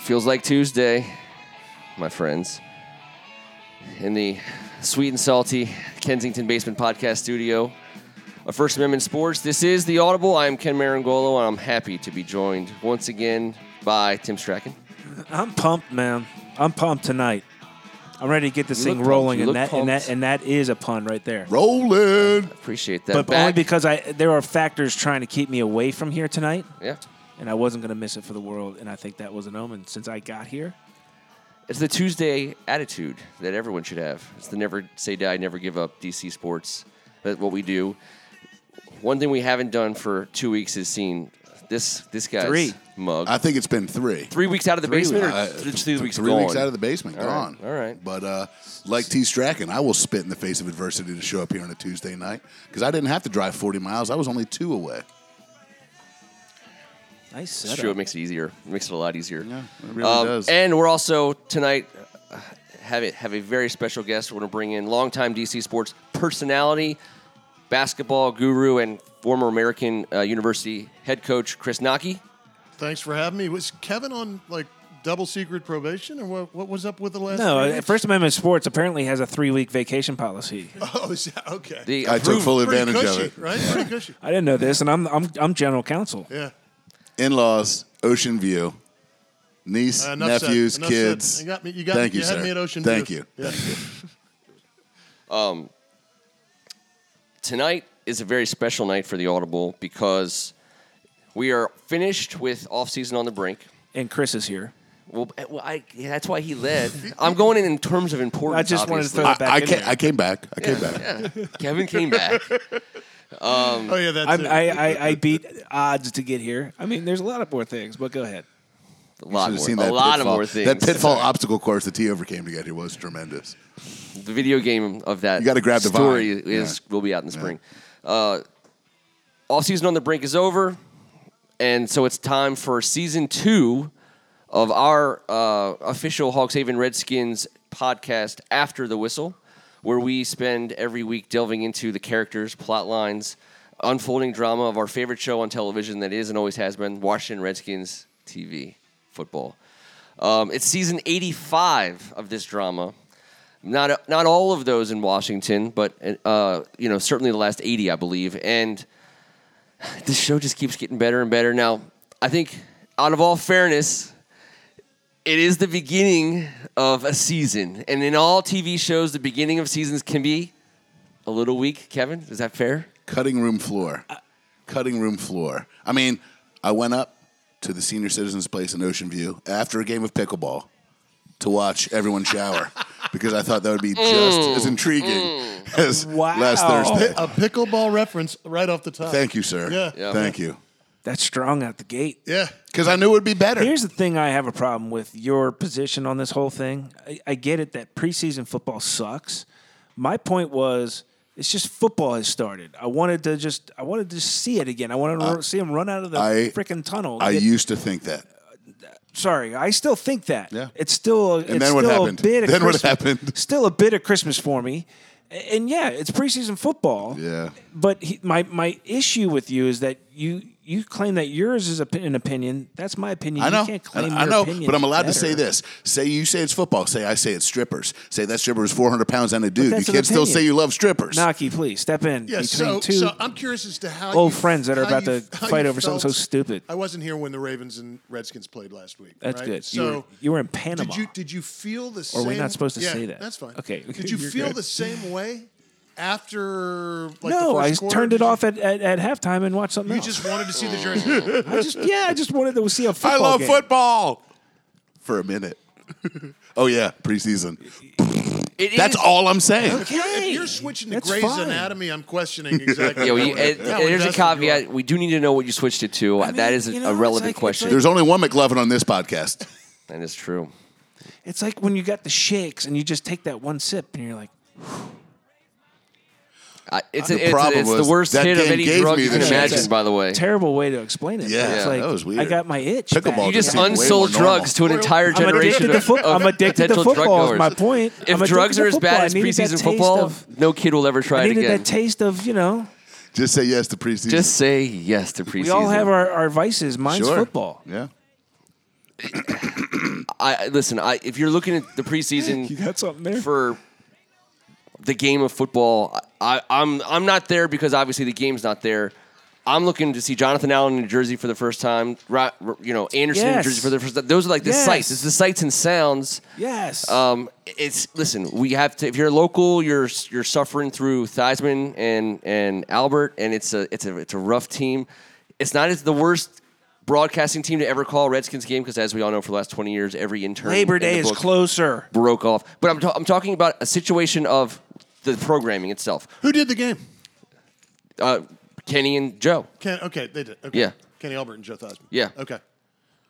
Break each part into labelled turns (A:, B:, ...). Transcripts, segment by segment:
A: Feels like Tuesday, my friends. In the sweet and salty Kensington Basement Podcast Studio of First Amendment Sports, this is The Audible. I am Ken Marangolo, and I'm happy to be joined once again by Tim Strachan.
B: I'm pumped, man. I'm pumped tonight. I'm ready to get this
A: You
B: thing
A: look pumped.
B: rolling,
A: You
B: and
A: look
B: that, and
A: pumped.
B: that and that is a pun right there.
C: Rolling.
A: Appreciate that.
B: but only
A: Back-
B: because I there are factors trying to keep me away from here tonight,
A: Yeah.
B: and I wasn't going to miss it for the world, and I think that was an omen since I got here.
A: It's the Tuesday attitude that everyone should have. It's the never say die, never give up DC sports. That's what we do. One thing we haven't done for two weeks is seen this this guy's
B: Three.
A: mug.
C: I think it's been three.
A: three weeks out of the basement, or
C: Uh,
A: th- just three weeks
C: three
A: gone?
C: weeks out of the basement,
A: All right,
C: gone.
A: all right.
C: But uh, like T. Strachan, I will spit in the face of adversity to show up here on a Tuesday night because I didn't have to drive 40 miles. I was only two away.
B: Nice
A: It's
B: setup.
A: true. It makes it easier. It makes it a lot easier.
C: Yeah, it really
A: Um,
C: does.
A: And we're also tonight uh, have it have a very special guest. We're going to bring in longtime DC sports personality, basketball guru, and former American uh, University head coach Chris Naki.
D: Thanks for having me. Was Kevin on like double secret probation, or what? What was up with the last?
B: No,
D: three
B: uh,
D: weeks?
B: First Amendment Sports apparently has a three week vacation policy.
D: Oh, is that- okay.
A: The
C: I took
A: approved-
C: full
D: Pretty
C: advantage of
D: cushy,
C: it.
D: right? Pretty cushy.
B: I didn't know this, and I'm I'm, I'm general counsel.
D: Yeah.
C: In laws, Ocean View, niece,
D: Uh, enough said.
C: nephews,
D: Enough said.
C: kids.
D: You got me. You got
C: Thank
D: me.
C: you,
D: You had
C: sir.
D: me at Ocean
C: Thank
D: View.
C: you.
D: Yeah.
A: tonight is a very special night for the Audible because we are finished with off season on the brink.
B: And Chris is here.
A: Well, eh, well, I, yeah, that's why he led. I'm going in in terms of importance.
B: I just wanted to
A: obviously.
B: throw-
C: I,
B: back
C: I,
B: in
C: came,
B: there.
C: I came back. I came back.
A: Kevin came back.
D: Oh yeah, that's
B: I'm,
D: it.
B: I, I I beat odds to get here. I mean, there's a lot of more things, but go ahead.
A: A
C: You
A: lot
C: should've
A: more,
C: seen
A: a
C: that
A: lot of
C: pitfall.
A: more things.
C: That pitfall obstacle course that he overcame to get here was tremendous.
A: the video game of that
C: You gotta grab the
A: story
C: vine.
A: is
C: Yeah.
A: will be out in the spring. Uh, off season on the brink is over, and so it's time for season two of our uh, official Hawks Haven Redskins podcast after the whistle, where we spend every week delving into the characters, plot lines, unfolding drama of our favorite show on television that is and always has been Washington Redskins TV football. Um, it's season 85 of this drama. Not not all of those in Washington, but uh, you know certainly the last 80, I believe. And this show just keeps getting better and better. Now, I think, out of all fairness, it is the beginning of a season, and in all TV shows, the beginning of seasons can be a little weak. Kevin, is that fair?
C: cutting room floor. Cutting room floor. I mean, I went up to the senior citizens place in Ocean View after a game of pickleball to watch everyone shower because I thought that would be just as intriguing as
B: Mm. Wow. Oh.
C: last Thursday.
D: a pickleball reference right off the top.
C: Thank you, sir.
D: Yeah.
A: Yeah.
C: Thank you.
B: That's strong out the gate.
D: Yeah.
C: Because I knew it would be better.
B: Here's the thing I have a problem with your position on this whole thing. I, I get it that preseason football sucks. My point was it's just football has started. I wanted to just I wanted to see it again. I wanted to ru- see him run out of the
C: I-
B: freaking tunnel.
C: I
B: It-
C: used to think that.
B: sorry, I still think that.
C: Yeah.
B: It's still and it's
C: then what
B: still
C: happened?
B: a bit of
C: Then what
B: Christmas,
C: happened?
B: Still a bit of Christmas for me. A- And yeah, it's preseason football.
C: Yeah.
B: But he, my my issue with you is that you you claim that yours is a, an opinion. That's my opinion.
C: I know.
B: You can't claim
C: I, I
B: your
C: know,
B: opinion's
C: but I'm allowed to
B: better.
C: say this. Say you say it's football. Say I say it's strippers. Say that stripper was 400 pounds and a dude. You
B: that's an
C: can't still
B: opinion.
C: say you love strippers.
B: Naki, please step in
D: Yeah,
B: between
D: so,
B: two.
D: so I'm curious as to how
B: old
D: you-
B: friends that are
D: how
B: about to
D: you- how
B: fight
D: you
B: over something
D: felt-
B: so stupid.
D: I wasn't here when the Ravens and Redskins played last week.
B: That's
D: right?
B: good. You
D: So
B: were- you were in Panama.
D: Did you did you feel the
B: Or
D: same?
B: we're not supposed to
D: Yeah,
B: say that.
D: That's fine.
B: Okay.
D: Did you
B: You're
D: feel
B: good.
D: the same way after? Like,
B: no,
D: the
B: I
D: first quarter?
B: turned it
D: Did you-
B: off at, at, at halftime and watched something
D: You
B: else.
D: just wanted to see the jersey.
B: I just yeah, I just wanted to see a football
C: I love
B: game.
C: football for a minute. oh yeah, preseason.
A: It
C: That's
A: is-
C: all I'm saying.
B: Okay.
D: if you're switching to
B: That's
D: Grey's
B: fine.
D: Anatomy, I'm questioning exactly.
A: Yeah, we,
D: how-
A: it,
D: how
A: there's a
D: invested you are.
A: caveat. We do need to know what you switched it to. that is a,
B: you
A: a
B: know, it's
A: relevant
B: like- it's
A: question.
C: There's only one McLovin on this podcast.
A: that is true.
B: It's like when you got the shakes and you just take that one sip and you're like,
A: I, it's
C: The
A: a, it's,
C: problem
A: it's the
C: was
A: worst
C: that
A: hit of
C: game
A: any
C: gave
A: drug
C: me
A: you can
C: the
A: imagine.
B: shakes.
A: By the way,
B: terrible way to explain it.
C: Yeah,
B: It's like,
C: that was weird.
B: I got my itch.
C: Pickleball
B: back.
A: you
C: You
A: just
C: seemed way more
A: unsold
C: normal.
A: drugs to an
D: Well,
A: entire
B: I'm addicted,
A: generation
B: to,
A: of,
B: foot- I'm
A: of
B: addicted to
A: potential drug
B: football. Is my
A: goers.
B: point.
A: If
B: I'm addicted
A: drugs
B: to
A: are as
B: football.
A: bad
B: I
A: as
B: needed that
A: preseason
B: taste
A: football,
B: of-
A: no kid will ever try
B: I
A: it
B: needed
A: again.
B: that taste of you know.
C: Just say yes to preseason.
A: Just say yes to preseason.
B: We all have our, our vices. Mine's
C: Sure.
B: football.
C: Yeah.
A: I listen. I if you're looking at the preseason
B: You got something there?
A: for the game of football, I, I'm I'm not there because obviously the game's not there. I'm looking to see Jonathan Allen in New Jersey for the first time. Ro- You know Anderson in New
B: Yes.
A: Jersey for the first time. Those are like the
B: Yes.
A: sights. It's the sights and sounds.
B: Yes.
A: Um, it's listen. We have to. If you're local, you're you're suffering through Theismann and and Albert, and it's a it's a it's a rough team. It's not as the worst broadcasting team to ever call Redskins game because, as we all know, for the last twenty years, every intern
B: Labor
A: in the
B: Day is
A: book
B: closer.
A: broke off. But I'm ta- I'm talking about a situation of the programming itself.
D: Who did the game?
A: Uh, Kenny and Joe.
D: Ken, okay, they did. Okay.
A: Yeah.
D: Kenny Albert and Joe Theismann.
A: Yeah.
D: Okay.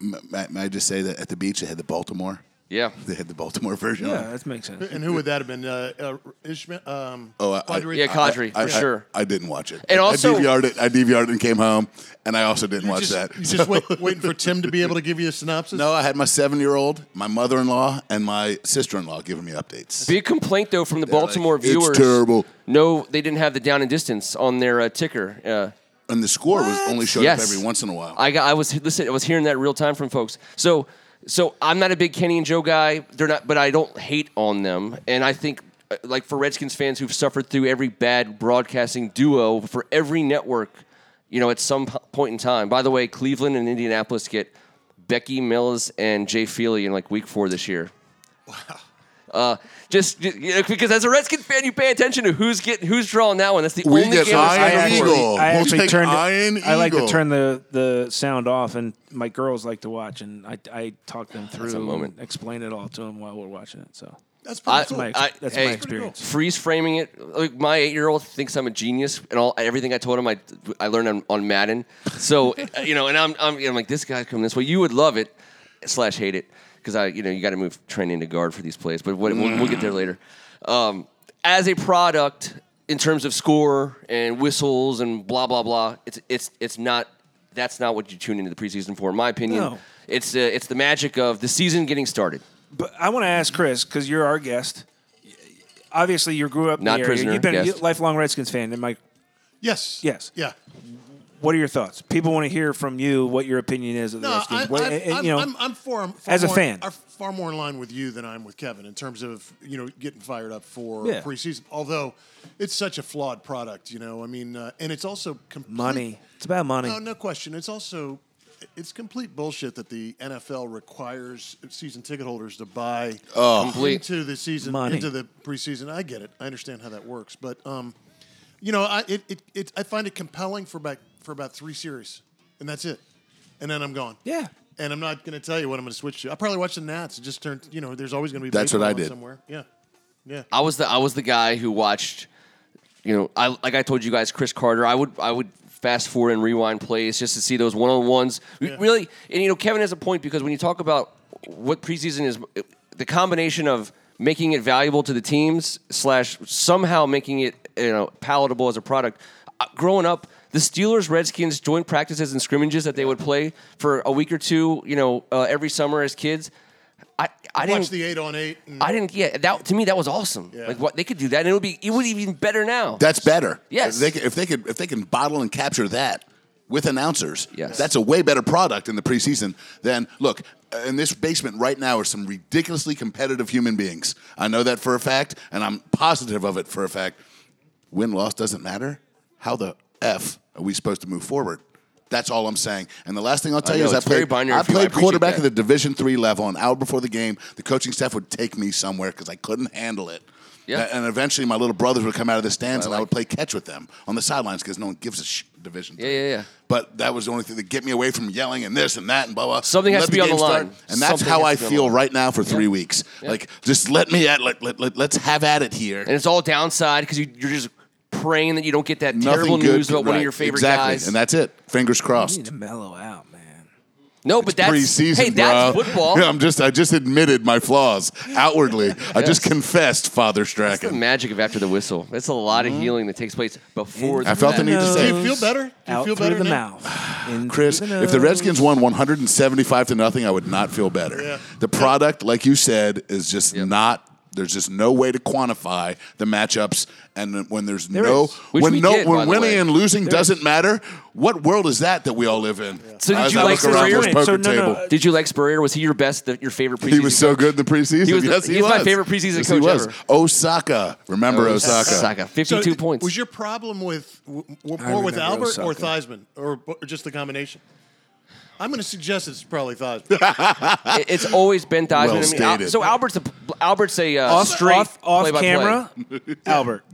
C: M- May, may I just say that at the beach they had the Baltimore,
A: Yeah.
C: they had the Baltimore version.
B: Yeah,
C: on.
B: that makes sense.
D: And who would that have been? Uh, uh, Ishmael. Um,
C: Oh, I-
D: Quadri-
A: Yeah,
D: I-
A: Kadri, for sure.
C: I, didn't watch it.
A: And
C: I-
A: also-
C: I DVR'd it. I DVR'd it and came home, and I also didn't watch
D: just,
C: that.
D: you
C: So-
D: just wait, waiting for Tim to be able to give you a synopsis.
C: no, I had my seven-year-old, my mother-in-law, and my sister-in-law giving me updates.
A: Big complaint though from the
C: like,
A: Baltimore
C: "It's
A: viewers.
C: terrible."
A: No, they didn't have the down and distance on their uh, ticker. Uh,
C: And the score was only showed
A: Yes.
C: up every once in a while.
A: I got. I was listen. I was hearing that real time from folks. So, so I'm not a big Kenny and Joe guy. They're not, but I don't hate on them. And I think, uh, like for Redskins fans who've suffered through every bad broadcasting duo for every network, you know, at some po- point in time. By the way, Cleveland and Indianapolis get Becky Mills and Jay Feely in like week four this year. Wow. Uh, just you know, because as a Redskins fan, you pay attention to who's getting who's drawing that one. That's the
C: We
A: only
C: get
A: game.
C: Iron
A: that's
C: Iron
A: on the
C: Eagle.
A: board.
C: We'll
B: I actually
C: take
B: turned.
C: Iron
B: I like to
C: Eagle.
B: turn the, the sound off, and my girls like to watch, and I, I talk them through,
A: moment.
B: and explain it all to them while we're watching it. So
D: that's pretty
A: I-
D: cool.
B: my, ex-
A: I-
B: that's
A: hey,
B: my experience.
A: freeze framing it. Like my eight year old thinks I'm a genius, and all everything I told him I I learned on, on Madden. So uh, you know, and I'm I'm, I'm like this guy's coming this way. You would love it slash hate it because I you know you got to move Trent into guard for these plays, but what, we'll, we'll get there later. Um, as a product in terms of score and whistles and blah blah blah, it's it's it's not that's not what you tune into the preseason for, in my opinion.
B: No.
A: It's uh, it's the magic of the season getting started.
B: But I want to ask Chris because you're our guest. Obviously, you grew up in
A: Not
B: the area.
A: prisoner,
B: You've been a
A: guest.
B: lifelong Redskins fan. And Mike,
D: yes.
B: Yes.
D: Yeah.
B: what are your thoughts? People want to hear from you what your opinion is of the
D: No,
B: Redskins.
D: I,
B: What-
D: I,
B: and- and,
D: I'm,
B: you know,
D: I'm, I'm far, far
B: as a
D: more-
B: fan.
D: I'm far more in line with you than I'm with Kevin in terms of you know getting fired up for
B: Yeah.
D: preseason. Although it's such a flawed product, you know. I mean, uh, and it's also complete,
B: money. It's about money.
D: Oh, No, no question. It's also it's complete bullshit that the NFL requires season ticket holders to buy
A: Complete.
D: into the season
B: Money.
D: into the preseason. I get it. I understand how that works, but um, you know, I it, it, it I find it compelling for about for about three series, and that's it, and then I'm gone.
B: Yeah.
D: And I'm not going to tell you what I'm going to switch to. I probably watch the Nats. It just turned. You know, there's always going to be.
C: That's what
D: baseball
C: I
D: on
C: did.
D: somewhere. Yeah. Yeah.
A: I was the I was the guy who watched, you know, I like I told you guys, Chris Carter. I would I would fast forward and rewind plays just to see those one on ones. Really, and you know, Kevin has a point because when you talk about what preseason is, the combination of making it valuable to the teams slash somehow making it you know palatable as a product. Uh, Growing up. The Steelers Redskins joint practices and scrimmages that they would play for a week or two, you know, uh, every summer as kids. I, I didn't
D: Watch the eight on eight. And
A: I didn't. Yeah, that to me that was awesome.
D: Yeah.
A: Like what they could do that, and it would be it would be even better now.
C: That's better.
A: Yes.
C: If they, can, if they could, if they can bottle and capture that with announcers,
A: Yes.
C: that's a way better product in the preseason than look. In this basement right now are some ridiculously competitive human beings. I know that for a fact, and I'm positive of it for a fact. Win loss doesn't matter. How the f are we supposed to move forward? That's all I'm saying. And the last thing I'll tell
A: know,
C: you is I
A: it's very
C: played,
A: binary
C: I
A: for you. I
C: played
A: appreciate
C: quarterback
A: that.
C: at the Division three level. An hour before the game, the coaching staff would take me somewhere because I couldn't handle it.
A: Yeah.
C: A- And eventually, my little brothers would come out of the stands, and I would play catch with them on the sidelines because no one gives a sh- division.
A: Yeah, yeah, yeah.
C: But that was the only thing that get me away from yelling and this and that and blah blah.
A: Something has
C: Let
A: to be on
C: game
A: the line.
C: start. and that's
A: Something
C: how I
A: has to be on the
C: feel
A: line.
C: right now for three weeks. Like, just let me at let, let, let us have at it here.
A: and it's all downside because you, you're just praying that you don't get that terrible
C: Nothing good
A: news about one of
C: right,
A: your favorite
C: exactly.
A: guys.
C: and that's it. Fingers
B: you
C: crossed.
B: need to mellow out, man.
A: no, but that's
C: preseason,
A: hey, that's
C: bro.
A: football.
C: I'm just I just admitted my flaws outwardly. I just
A: Yes.
C: confessed, Father
A: That's the
C: Strachan.
A: magic of after the whistle. That's a lot of healing that takes place before.
C: Mm-hmm. I felt the need to
B: Nose,
C: say-
D: Do you feel better? Do you
B: out
D: feel
B: through
D: better
B: the
D: now?
B: mouth. in
C: Chris,
B: through
C: if the
B: nose.
C: Redskins won 175 to nothing, I would not feel better.
D: Yeah.
C: The product, like you said, is just not There's just no way to quantify the matchups, and when there's
B: There
C: no
B: is.
A: Which
C: when
A: we
C: no
A: did, by
C: when
A: the
C: winning
A: way.
C: and losing doesn't matter, what world is that that we all live in?
A: So did
C: As
A: you
C: I
A: like
C: look around
A: Spurrier?
C: this poker
B: So no, no,
C: table,
B: uh,
A: Did you like Spurrier? Was he your best, the, your favorite preseason?
C: he was so good in the preseason.
A: He was the-
C: yes, he
A: he's
C: was
A: my favorite preseason
C: yes,
A: coach
C: he was.
A: ever.
C: Osaka, remember Osaka?
A: Osaka,
D: So,
A: fifty-two points.
D: Was your problem with w- w-
B: I
D: more with
B: remember
D: Albert or
B: Osaka.
D: Theismann or, or just the combination? I'm going to suggest it's probably Theismann.
A: It- it's always Ben Theismann.
C: Well
A: I mean, Al-
C: stated.
A: so Albert's a, Albert's a uh,
B: off
A: straight
B: off, off
A: play-by-play.
B: camera, Albert.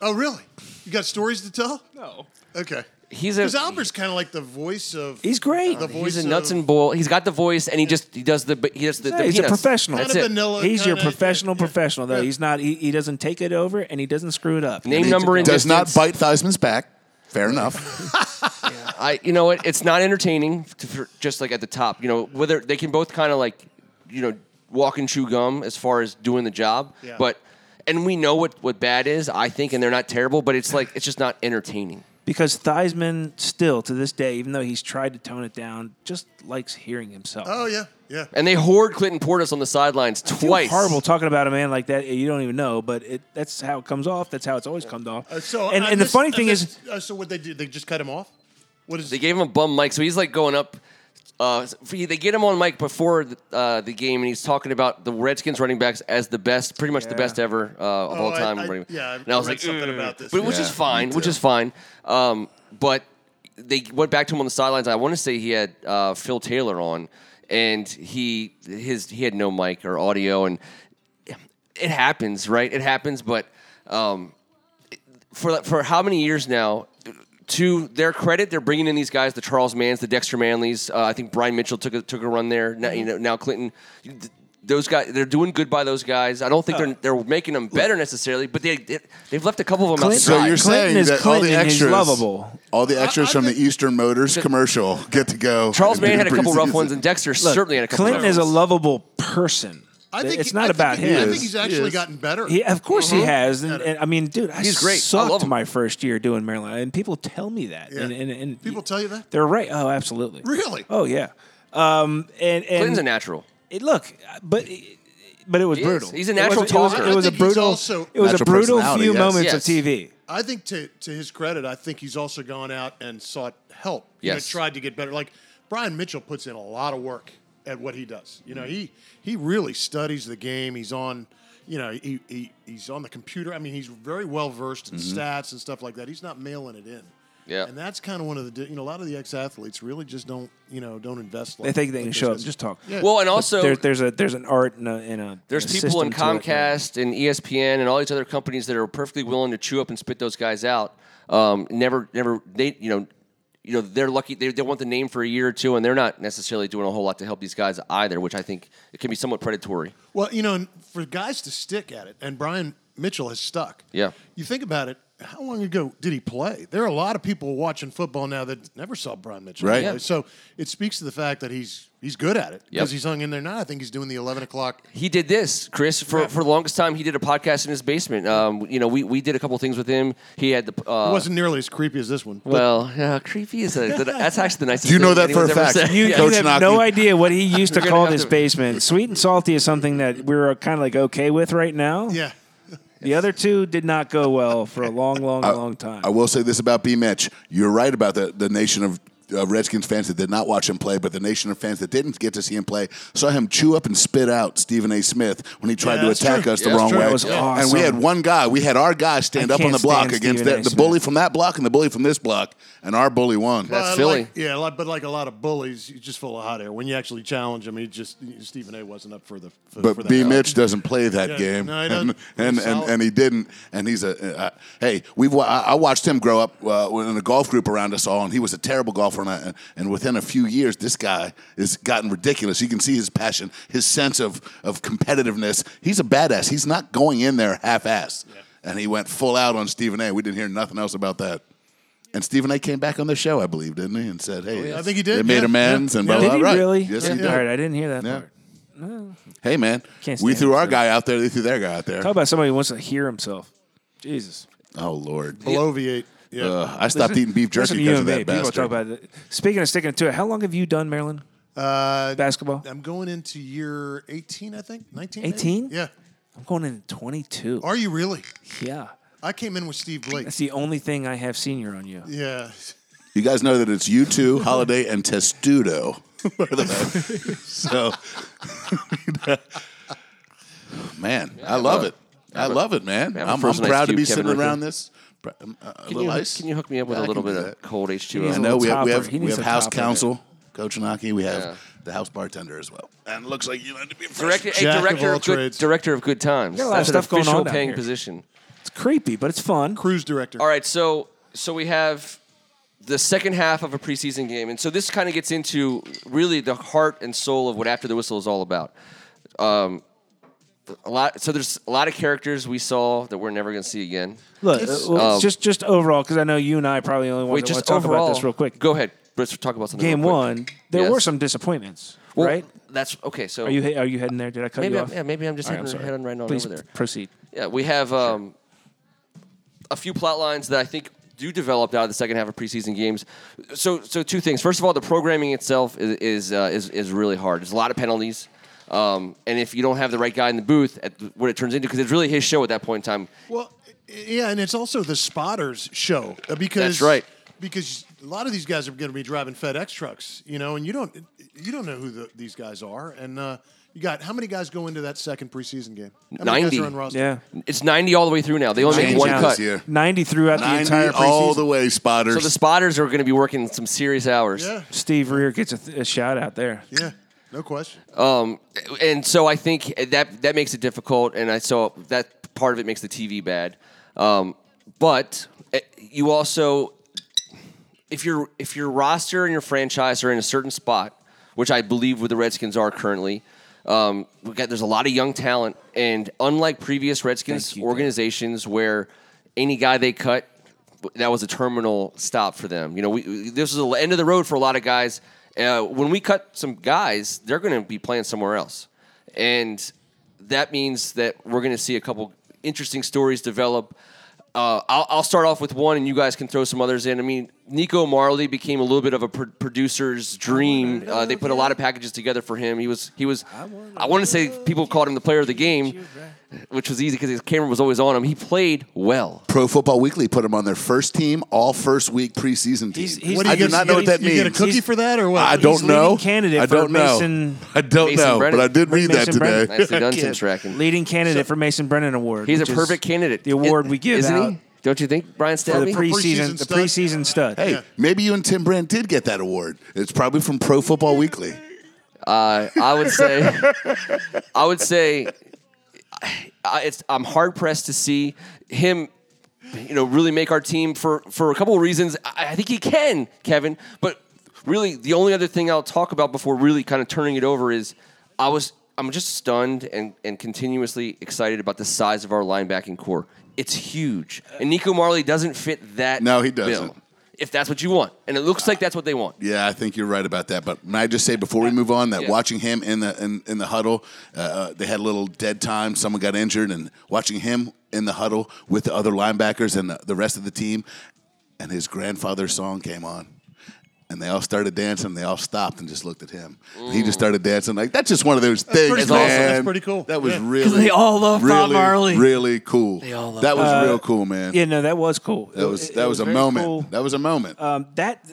D: oh, really? You got stories to tell?
B: No.
D: Okay.
A: He's a-
D: because Albert's kind of like the voice of.
B: He's great.
D: The voice
A: He's a nuts
D: of,
A: and bowl. He's got the voice, and he just he does the he does the.
B: Yeah,
A: the
B: he's a
A: peanuts.
B: professional.
A: That's
D: Kinda
A: it.
D: vanilla.
B: He's your
D: kinda-
B: professional
D: yeah,
B: professional though.
D: yeah.
B: He's not. He, he doesn't take it over and he doesn't screw it up.
A: Name,
B: He's a
A: number, and
B: good-
C: Does not
A: distance.
C: bite Theismann's back. Fair enough.
A: I you know what? It's not entertaining. To, for just like at the top, you know whether they can both kind of like you know walk and chew gum as far as doing the job,
D: Yeah.
A: but. And we know what, what bad is, I think, and they're not terrible, but it's like it's just not entertaining.
B: because Theismann still to this day, even though he's tried to tone it down, just likes hearing himself.
D: Oh yeah, yeah.
A: And they hoard Clinton Portis on the sidelines
B: Feel
A: twice.
B: Horrible talking about a man like that. You don't even know, but it, that's how it comes off. That's how it's always comes off.
D: Uh, so
B: and,
D: uh,
B: and the
D: this-
B: funny
D: uh,
B: thing
D: this-
B: is,
D: uh, so what they do? They just cut him off. What is?
A: They gave him a bum mic, so he's like going up. Uh, he- they get him on mic before the, uh, the game, and he's talking about the Redskins running backs as the best, pretty much the
B: Yeah.
A: best ever uh, of
D: Oh,
A: all
D: I-
A: time.
D: I-
A: running-
D: yeah, I've
A: and I was
D: read
A: like
D: something
A: "Ugh."
D: about this.
A: but, which
C: Yeah,
A: is fine,
C: me
A: which
C: too.
A: is fine. Um, but they went back to him on the sidelines. I want to say he had uh, Phil Taylor on, and he his he had no mic or audio, and it happens, right? It happens, but um, for for how many years now? To their credit, they're bringing in these guys, the Charles Manns, the Dexter Manleys. Uh, I think Brian Mitchell took a, took a run there. Now, you know, now Clinton, you- th- those guys, they're doing good by those guys. I don't think
B: Uh,
A: they're they're making them better necessarily, but they, they they've left a couple of them
B: Clinton-
A: outside.
C: So you're
B: Clinton
C: saying
B: is
C: that all
B: Clinton
C: the
B: and he's
C: extras,
B: lovable.
C: all the extras
D: I- I
C: from
D: think-
C: the Eastern Motors commercial get to go.
A: Charles Mann
C: and
A: had
C: do
A: a couple rough
C: preseason.
A: ones, and Dexter
B: look,
A: certainly had a couple.
B: Clinton
A: rough
B: is a
A: ones.
B: lovable person.
D: I think
B: it's
D: he-
B: not
D: I think
B: about
D: he-
B: him.
D: I
C: He
D: think
C: is.
D: he's
C: He
D: actually
C: is.
D: gotten better.
B: He, of course
D: Mm-hmm.
B: he has, and, and I mean, dude, I
A: He's great. I
B: sucked
A: love him.
B: my first year doing Maryland, and people tell me that, and, and, and
D: People tell you that?
B: they're right. Oh, absolutely,
D: Really?
B: Oh yeah, um, and and
A: Clinton's a natural.
B: it, look, but but it was
A: He is.
B: brutal.
A: He's a
B: It
A: natural
B: was- it was-
A: talker.
B: It was,
D: I
B: a
D: think he's
B: brutal.
D: also-
B: it was a
C: Natural
B: brutal
C: personality,
B: few
C: yes.
B: moments
A: Yes.
B: of TV.
D: I think to to his credit, I think he's also gone out and sought help. You know,
A: Yes.
D: tried to get better. Like Brian Mitchell puts in a lot of work at what he does. You know, he he really studies the game. He's on, you know, he, he he's on the computer. I mean, he's very well versed in stats and stuff like that. He's not mailing it in.
A: Yeah.
D: and that's kind of one of the di- you know a lot of the ex athletes really just don't you know don't invest.
B: They
D: Like
B: think they
D: like
B: can
D: those
B: show up
D: guys.
B: and just talk.
D: Yeah.
A: Well, and
B: But
A: also
B: there- there's a there's an art and a, and a
A: There's
B: and a
A: people in
B: system to it, right?
A: Comcast and E ESPN and all these other companies that are perfectly willing to chew up and spit those guys out. Um, never, never, they, you know, you know, they're lucky. They, they want the name for a year or two, and they're not necessarily doing a whole lot to help these guys either, which I think it can be somewhat predatory.
D: Well, you know, and for guys to stick at it, and Brian Mitchell has stuck.
A: Yeah.
D: You think about it, how long ago did he play? There are a lot of people watching football now that never saw Brian Mitchell.
C: Right.
D: play.
C: Yeah.
D: So it speaks to the fact that he's he's good at it because
A: Yep.
D: he's hung in there now. I think he's doing the 11 o'clock.
A: He did this, Chris, for, for the longest time. He did a podcast in his basement. Um, you know, we, we did a couple things with him. He had the.
D: It
A: Uh,
D: wasn't nearly as creepy as this one. but-
A: well, yeah, creepy is a. That's actually the nicest.
C: Do you know
A: thing
C: that
A: anyone's
C: for a
A: ever
C: fact?
A: said.
B: You,
A: Yeah.
B: you
C: Coach
B: have
C: Knocky.
B: no idea what he used to
A: We're gonna
B: call
A: have
B: this
A: to-
B: basement. Sweet and salty is something that we're kind of like okay with right now.
D: yeah.
B: The other two did not go well for a long, long, long time.
C: I will say this about B. Mitch. You're right about the, the nation of uh, Redskins fans that did not watch him play, but the nation of fans that didn't get to see him play saw him chew up and spit out Stephen A. Smith when he tried
D: Yeah,
C: to
D: that's
C: attack
D: true.
C: us
A: Yeah,
C: the
A: that's
C: wrong
A: true.
C: way.
A: That was
C: And we
B: awesome.
C: had one guy, we had our guy stand
B: I
C: up on
B: can't
C: the block
B: stand Stephen
C: against that,
B: A.
C: the
B: Smith.
C: bully from that block and the bully from this block, and our bully won.
A: That's
D: But
A: Philly.
D: Like, yeah, like- but like a lot of bullies, he's just full of hot air. When you actually challenge him, he just Stephen A. wasn't up for the. For, for
C: But
D: that
C: B.
D: fight.
C: Mitch doesn't play that
D: Yeah,
C: game,
D: no, he
C: and,
D: doesn't.
C: and,
D: He's
C: and
D: solid.
C: and he didn't. And he's a uh, hey. We've wa- I I watched him grow up uh, in a golf group around us all, and he was a terrible golfer. And, I, and within a few years, this guy has gotten ridiculous. You can see his passion, his sense of of competitiveness. He's a badass. He's not going in there half assed. And he went full out on Stephen A. We didn't hear nothing else about that. And Stephen A. came back on the show, I believe, didn't he? And said, "Hey,
D: I think he did,
C: They made
D: Oh, yeah,
C: amends and blah
B: did
C: blah.
B: he
C: right.
B: really?
C: Yes, he
B: All
C: did.
B: right, I didn't hear that
C: Yeah.
B: part.
C: Hey man,
B: Can't
C: we
B: stand
C: threw
B: him,
C: our
B: so-
C: guy out there. They threw their guy out there.
B: Talk about somebody who wants to hear himself. Jesus.
C: Oh lord,
D: Bloviate. Yeah.
C: Uh, Ugh, I stopped eating beef
B: Listen to
C: jerky
B: you
C: because
B: and
C: of
B: me.
C: that
B: People
C: bastard.
B: talk about it. Speaking of sticking to it, how long have you done Maryland?
D: Uh,
B: Basketball.
D: I'm going into year 18, I think. 19?
B: 18?
D: Yeah.
B: I'm going in 22.
D: Are you really?
B: Yeah.
D: I came in with Steve Blake.
B: That's the only thing I have senior on you.
D: Yeah.
C: You guys know that it's you two, Holiday, and Testudo. are the- so, uh, man, I love it. I love it, man.
A: I uh, have a
C: I'm, I'm
A: first nice
C: proud to
A: cube,
C: be
A: Kevin
C: sitting
A: Rickard.
C: around this. Pr- um, uh, A
A: Can you,
C: little
A: hook-
C: ice.
A: can you hook me up with
C: Yeah,
A: a
C: I
A: little
C: can
A: bit
C: do
A: of
C: that.
A: cold
B: He's
C: I
B: a
A: H2O?
C: know we
B: little
C: have, we
B: topper.
C: have,
B: He
C: we
B: needs
C: have
B: a
C: house
B: topper.
C: counsel, Coach Naki. We have
A: Yeah.
C: the house bartender as well. And it looks like you learned to be a
A: Director,
C: freshman.
A: a
D: Jack of
A: director,
D: all
A: of good,
D: trades.
A: director of good times.
B: Got a lot of
A: That's an
B: stuff going on
A: official
B: down
A: paying
B: here.
A: position.
B: It's creepy, but it's fun.
D: Cruise director.
A: All right, so so we have the second half of a preseason game, and so this kind of gets into really the heart and soul of what After the Whistle is all about. Um, a lot. So there's a lot of characters we saw that we're never going to see again.
B: Look,
D: It's-
B: uh, well,
A: Um,
B: just just overall, because I know you and I probably only want
A: Wait,
B: to
A: just
B: talk
A: overall,
B: about this real quick.
A: Go ahead. Let's talk about something.
B: Game
A: real quick.
B: one, there
A: Yes.
B: were some disappointments,
A: Well,
B: right?
A: That's okay. So
B: Are you he- are you heading there? Did I cut
A: maybe
B: you
A: I'm,
B: off?
A: yeah, maybe I'm just
B: All right, I'm
A: heading,
B: sorry.
A: heading right on
B: Please
A: over there.
B: proceed.
A: Yeah, we have um, a few plot lines that I think do develop out of the second half of preseason games. So, so two things. First of all, the programming itself is is uh, is, is really hard. There's a lot of penalties. Um, and if you don't have the right guy in the booth, at th- what it turns into, because it's really his show at that point in time.
D: Well, i- yeah, and it's also the spotters show uh,
A: That's
D: because
A: right.
D: Because a lot of these guys are going to be driving FedEx trucks, you know, and you don't you don't know who the, these guys are, and uh, you got how many guys go into that second preseason game? How many guys
A: 90.
D: are on roster?
B: Yeah,
A: It's 90 all the way through now. They only make
C: Change
A: one
C: it
A: cut.
C: this year.
B: ninety throughout the
C: 90
B: entire preseason.
C: all the way, spotters.
A: So the spotters are going to be working some serious hours.
D: yeah,
B: Steve Rear gets a, th- a shout out there.
D: yeah, no question.
A: Um, and so I think that that makes it difficult, and I so that part of it makes the TV bad. Um, but eh, you also, if your if your roster and your franchise are in a certain spot, which I believe where the Redskins are currently, um, we got there's a lot of young talent, and unlike previous Redskins
B: Thank you, Dan.
A: organizations where any guy they cut that was a terminal stop for them. You know, we, we- this is the end of the road for a lot of guys. Uh, when we cut some guys, they're going to be playing somewhere else, and that means that we're going to see a couple interesting stories develop. Uh, I'll, I'll start off with one, and you guys can throw some others in. I mean, Nico Marley became a little bit of a pro- producer's dream. Uh, they put a lot of packages together for him. He was he was. I want to say people called him the player of the game, which was easy because his camera was always on him. He played well.
C: Pro Football Weekly put him on their first team, all first week preseason team.
B: He's- he's- What do
C: I
B: you
C: do
B: get-
C: not know
B: you
C: what
B: get-
C: that
D: you
C: means.
D: get a cookie for that or what?
C: I
D: He's
C: don't
B: leading
C: know.
B: candidate
C: I
B: for
C: don't
B: Mason-
C: know. I don't
A: Mason
C: know,
A: Brennan.
C: but I did read
B: Mason
C: that today.
B: Brennan.
A: Nicely done, Tim
C: Kid.
A: Strachan.
B: Leading candidate for Mason Brennan Award.
A: He's a
B: which is
A: perfect candidate.
B: The award we give
A: isn't
B: out
A: he? Don't you think, Brian
B: for the
A: Stanley?
B: preseason,
D: preseason
B: the
D: stud.
B: preseason stud.
C: Hey,
D: Yeah.
C: maybe you and Tim Brand did get that award. It's probably from Pro Football Weekly.
A: uh, I would say, I would say, I, it's, I'm hard pressed to see him, you know, really make our team for for a couple of reasons. I, I think he can, Kevin, but really the only other thing I'll talk about before really kind of turning it over is I was I'm just stunned and and continuously excited about the size of our linebacking core. It's huge, and Nico Marley doesn't fit that.
C: No, he
A: bill,
C: doesn't.
A: if that's what you want, and it looks like that's what they want.
C: Yeah, I think you're right about that. But may I just say before we move on that
A: Yeah.
C: watching him in the in, in the huddle, uh, uh, they had a little dead time. Someone got injured, and watching him in the huddle with the other linebackers and the, the rest of the team, and his grandfather's song came on. And they all started dancing. They all stopped and just looked at him. And He just started dancing. Like that's just one of those things,
D: pretty
A: cool.
C: man.
A: It's awesome.
D: That's pretty cool.
C: That was
D: Yeah.
C: really
E: they all love Bob
C: really,
E: Marley.
C: Really cool. They
E: all love
C: that was real cool, man.
B: Yeah, no, that was cool.
C: that was
B: It-
C: that
B: it
C: was, a
B: very
C: moment.
B: cool.
C: That was a moment.
B: um, that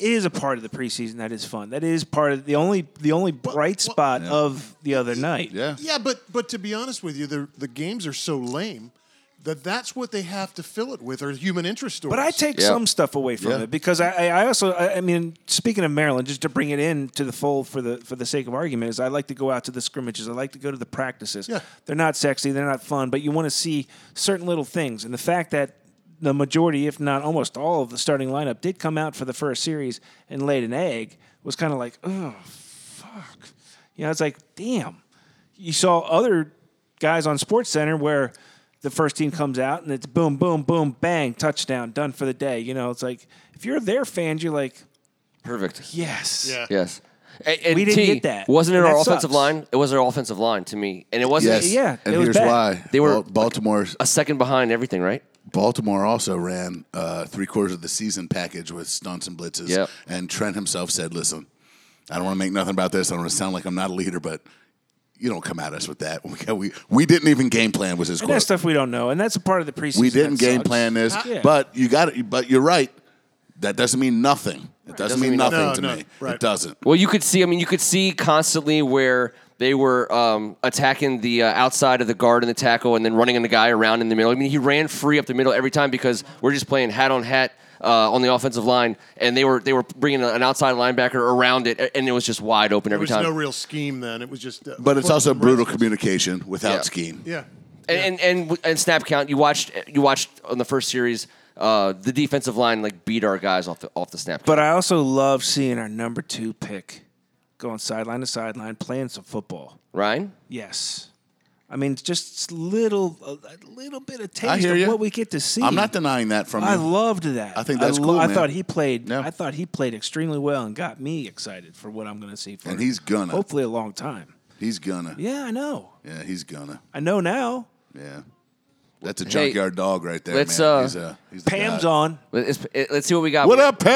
B: is a part of the preseason that is fun. That is part of the only the only bright
D: well,
B: spot of the other night.
C: yeah.
D: Yeah, but but to be honest with you, the the games are so lame that that's what they have to fill it with are human interest stories.
B: But I take
A: Yeah.
B: some stuff away from
C: Yeah.
B: it because I, I I also I I mean speaking of Maryland, just to bring it in to the fold for the for the sake of argument, is I like to go out to the scrimmages. I like to go to the practices.
D: Yeah.
B: They're not sexy, they're not fun, but you want to see certain little things. And the fact that the majority, if not almost all, of the starting lineup did come out for the first series and laid an egg was kind of like, oh fuck. You know, it's like, damn. You saw other guys on Sports Center where the first team comes out and it's boom, boom, boom, bang, touchdown, done for the day. You know, it's like if you're their fans, you're like,
A: Perfect.
B: yes.
D: yeah.
A: Yes. And, and
B: We didn't
A: T,
B: get that.
A: Wasn't it
B: And
A: our
B: that
A: offensive
B: sucks.
A: line? It was our offensive line to me. And it wasn't
C: Yes.
B: yeah,
C: And
B: it was
C: here's
B: bad.
C: why.
A: They were-
C: Bal- Baltimore.
A: a second behind everything, right?
C: Baltimore also ran uh, three quarters of the season package with stunts and blitzes.
A: Yep.
C: And Trent himself said, "Listen, I don't want to make nothing about this. I don't want to sound like I'm not a leader, but you don't come at us with that. We we, we didn't even game plan was his
B: And that's
C: quote.
B: stuff we don't know, and that's a part of the preseason.
C: We didn't
B: that
C: game
B: sucks.
C: plan this,
B: Yeah.
C: but you got it. But you're right. That doesn't mean nothing. It doesn't, mean nothing
D: nothing.
C: to
D: No, no,
C: me.
D: right.
C: It doesn't.
A: Well, you could see. I mean, you could see constantly where they were um, attacking the uh, outside of the guard and the tackle, and then running the guy around in the middle. I mean, he ran free up the middle every time because we're just playing hat on hat uh, on the offensive line, and they were they were bringing an outside linebacker around it, a- and it was just wide open
D: There
A: every
D: was
A: time.
D: no real scheme then. It was just. uh,
C: But it's
D: foot-
C: also brutal
D: wrist.
C: communication without
A: Yeah.
C: scheme.
D: Yeah.
A: and, and and and snap count. You watched you watched on the first series. Uh, the defensive line like beat our guys off the off the snap.
B: But I also love seeing our number two pick going sideline to sideline playing some football.
A: Ryan,
B: Yes, I mean just little a little bit of taste
C: I hear
B: of
C: you.
B: what we get to see.
C: I'm not denying that from
B: I
C: you.
B: loved that.
C: I think that's cool,
B: I
C: man.
B: thought he played.
C: Yeah.
B: I thought he played extremely well and got me excited for what I'm going to see. For
C: And he's gonna.
B: hopefully a long time.
C: he's gonna. Yeah.
B: Yeah, I know.
C: he's gonna.
B: I know now.
C: Yeah. That's a
A: Hey,
C: junkyard dog right there,
A: let's,
C: man.
A: uh,
C: he's, uh, he's the
B: Pam's
C: guy.
B: on.
A: let's, eh, let's see what we got.
C: What up, Pam?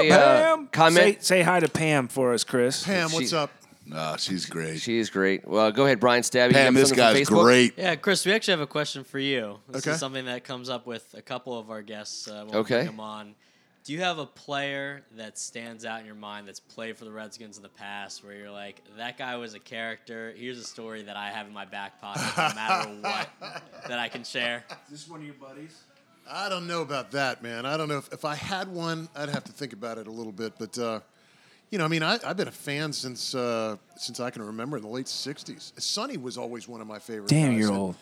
A: We have
B: Hello,
A: a uh,
B: Say,
A: comment.
B: say hi to Pam for us, Chris.
D: Pam, what's
A: She-
D: up?
C: Nah, she's great.
A: She is great. Well, go ahead, Brian Stabby.
C: Pam,
A: You have
C: this
A: something from
C: guy's
A: Facebook?
C: great.
E: Yeah, Chris, we actually have a question for you. This
D: Okay.
E: is something that comes up with a couple of our guests uh, when
A: Okay.
E: we bring them on. Do you have a player that stands out in your mind that's played for the Redskins in the past where you're like, that guy was a character? Here's a story that I have in my back pocket no matter what that I can share.
B: Is this one of your buddies?
D: I don't know about that, man. I don't know if, if I had one, I'd have to think about it a little bit. But uh, you know, I mean, I, I've been a fan since uh, since I can remember in the late '60s. Sonny was always one of my favorite.
B: Damn,
D: guys.
B: you're
D: And
B: old.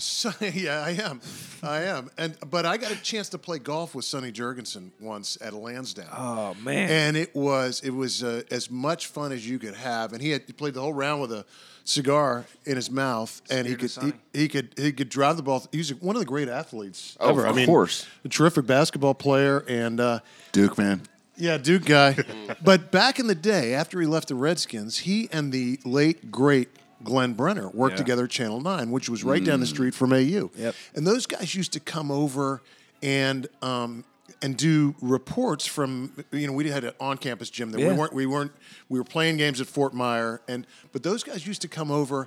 D: Sonny, yeah, I am, I am. And but I got a chance to play golf with Sonny Jurgensen once at Lansdowne.
B: Oh man.
D: And it was it was uh, as much fun as you could have, and he had he played the whole round with a cigar in his mouth, and
B: Scared
D: he
B: of
D: could he,
B: Sonny.
D: he could he could drive the ball. He's one of the great athletes
A: Oh,
B: Oh.
A: Of
D: ever. I mean,
A: course.
D: a terrific basketball player, and uh,
C: Duke, man.
D: yeah, Duke guy. but back in the day, after he left the Redskins, he and the late great Glenn Brenner worked
B: Yeah. Mm.
D: together at Channel Nine, which was right down the street from AU.
B: Yep.
D: And those guys used to come over and um, and do reports from you know we had an on-campus gym that
B: Yeah.
D: we weren't we weren't we were playing games at Fort Myer and but those guys used to come over.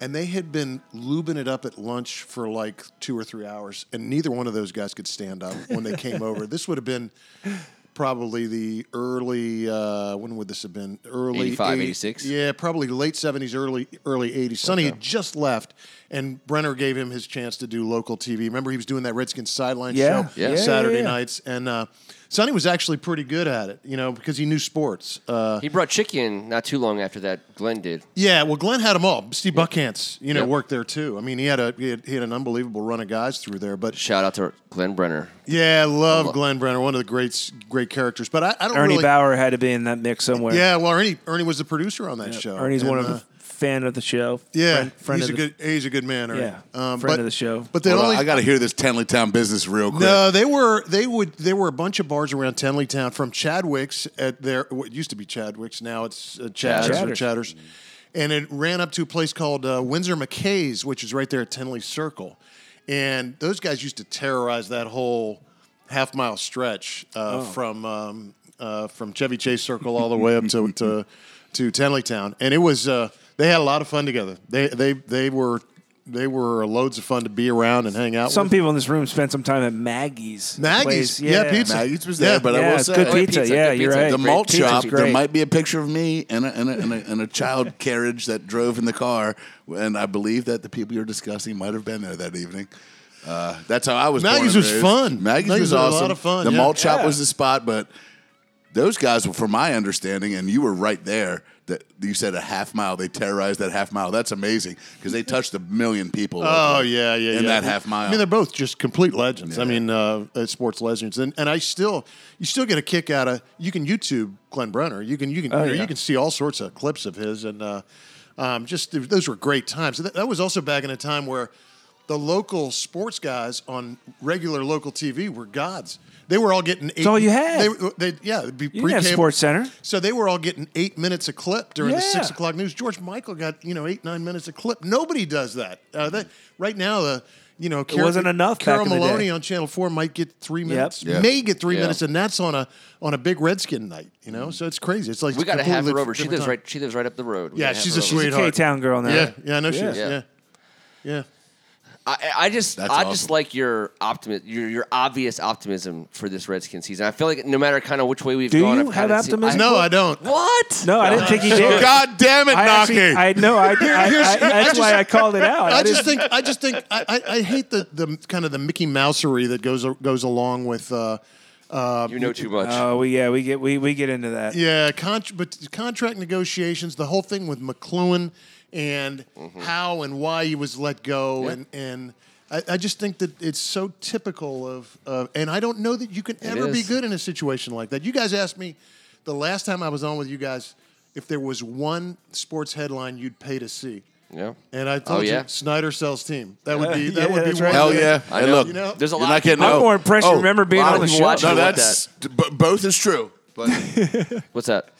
D: And they had been lubing it up at lunch for like two or three hours, and neither one of those guys could stand up when they came over. This would have been probably the early uh, when would this have been early
A: 85,
D: 80
A: 86?
D: yeah probably late 70s early early 80s sonny had just left and brenner gave him his chance to do local tv remember he was doing that redskins sideline
B: Yeah.
D: show
B: Yeah. Yeah,
D: saturday
B: yeah, yeah.
D: nights and uh, sonny was actually pretty good at it you know because he knew sports uh,
A: He brought chicken not too long after that. Glenn did.
D: yeah well glenn had them all steve buckhantz you know
A: Yeah.
D: worked there too i mean he had a he had, he had an unbelievable run of guys through there but
A: Shout out to Glenn Brenner.
D: yeah I love glenn brenner one of the great great characters but i, I don't
B: Ernie
D: really
B: Bauer had to be in that mix somewhere.
D: yeah, well, Ernie Ernie was the producer on that show.
B: Ernie's
D: and,
B: one of
D: uh,
B: the fan of the show.
D: Yeah,
B: friend, friend
D: he's
B: of
D: a
B: the-
D: good he's a good man. Ernie. Um,
B: Yeah, friend of the show.
D: But they
C: Hold on,
D: only
C: I got to hear this Tenleytown business real quick.
D: no, they were they would there were a bunch of bars around Tenleytown from Chadwick's at their what used to be Chadwick's now it's uh, Chad's or
B: Chadder's.
D: Chadder's, and it ran up to a place called uh, Windsor McKay's, which is right there at Tenley Circle, and those guys used to terrorize that whole half mile stretch uh, from um, uh, from Chevy Chase Circle all the way up to to, to Tenleytown, and it was uh, they had a lot of fun together. They they they were. They were loads of fun to be around and hang out
B: Some
D: with.
B: people in this room spent some time at Maggie's. place.
D: Maggie's, yeah, pizza.
C: Maggie's was
D: Yeah.
C: there, but I
B: Yeah,
C: will
B: it's
C: say,
B: good pizza.
A: pizza,
B: Yeah,
A: good
B: you're
A: pizza.
B: right.
C: the
A: Great
C: malt
B: pizza's
C: shop. There
B: great.
C: might be a picture of me and a, and a, and a, and a, child carriage that drove in the car, and I believe that the people you're discussing might have been there that evening. Uh, that's how I was. born
D: Maggie's
C: and
D: was
C: raised.
D: fun.
C: Maggie's,
D: Maggie's
C: was
D: was a lot
C: awesome.
D: of fun,
C: The
D: yeah.
C: malt shop
B: Yeah.
C: was the spot, but those guys, were, from my understanding, and you were right there. That you said a half mile. They terrorized that half mile. That's amazing because they touched a million people.
D: Oh
C: locally
D: yeah, yeah,
C: in
D: yeah.
C: that half mile.
D: I mean, they're both just complete legends. I mean, uh, uh, sports legends, and and I still, you still get a kick out of. You can YouTube Glenn Brenner. You can you can you, know,
B: Oh, yeah.
D: you can see all sorts of clips of his, and uh, um, just th- those were great times. That, that was also back in a time where the local sports guys on regular local TV were gods. They were all getting. Eight,
B: all you had.
D: They, were- they, yeah, it'd be
B: You didn't have
D: pre-cable.
B: Sports Center.
D: So they were all getting eight minutes a clip during the six
B: Yeah.
D: o'clock news. George Michael got you know eight nine minutes a clip. Nobody does that. Uh, that right now, the you know,
B: wasn't enough
D: Carol
B: back in the
D: Maloney
B: day.
D: on Channel Four might get three minutes,
C: Yeah.
D: may get three
A: Yeah.
D: minutes, and that's on a on a big Redskin night. You know, so it's crazy. It's like
A: We got to have
D: completely
A: her over. She
D: different
A: lives
D: time.
A: right. She lives right up the road. We
D: Yeah,
A: gotta have
D: she's
A: her
D: a
A: over.
D: sweet-
B: K
D: Sweetheart.
B: Town girl now.
D: Yeah, yeah, I know she
B: Yeah.
D: is.
A: Yeah.
D: Yeah, yeah.
A: I, I just,
C: That's
A: I
C: awesome.
A: just like your optimism, your, your obvious optimism for this Redskins season. I feel like no matter kind of which way we've
B: Do
A: gone,
B: you
A: I've
B: have
A: kinda seen-
B: optimism?
D: No, I don't.
A: What?
B: No, I didn't think he did.
C: God damn it,
B: I actually,
C: Naki.
B: I know. I, I, I, that's why I called it out.
D: I
B: didn't-
D: just think I just think I, I, I hate the, the kind of the Mickey Mousery that goes goes along with uh,
A: You know too much.
C: uh,
B: Oh, we yeah, we get we, we get into that.
D: yeah con- but contract negotiations the whole thing with McLuhan and
A: Mm-hmm.
D: how and why he was let go and and I, I just think that it's so typical of of and I don't know that you can ever be
A: is.
D: good in a situation like that. You guys asked me the last time I was on with you guys if there was one sports headline you'd pay to see.
A: yeah. Oh,
D: And I told
A: yeah.
D: you Snyder sells team. That would be
B: Yeah,
D: that
B: yeah,
D: would be
B: that's
D: one
B: right.
C: Hell
D: that-
C: yeah.
A: I
C: Hey,
A: know.
C: look,
A: You
D: know,
A: There's a
C: you're
A: lot
C: not
A: of
C: getting
A: people-
B: I'm
C: no.
B: more impressed you
C: Oh,
B: remember being
A: a lot
B: on the
A: of people
B: show.
A: watch
C: No,
A: you want
C: that's b- both is true. But
A: What's that?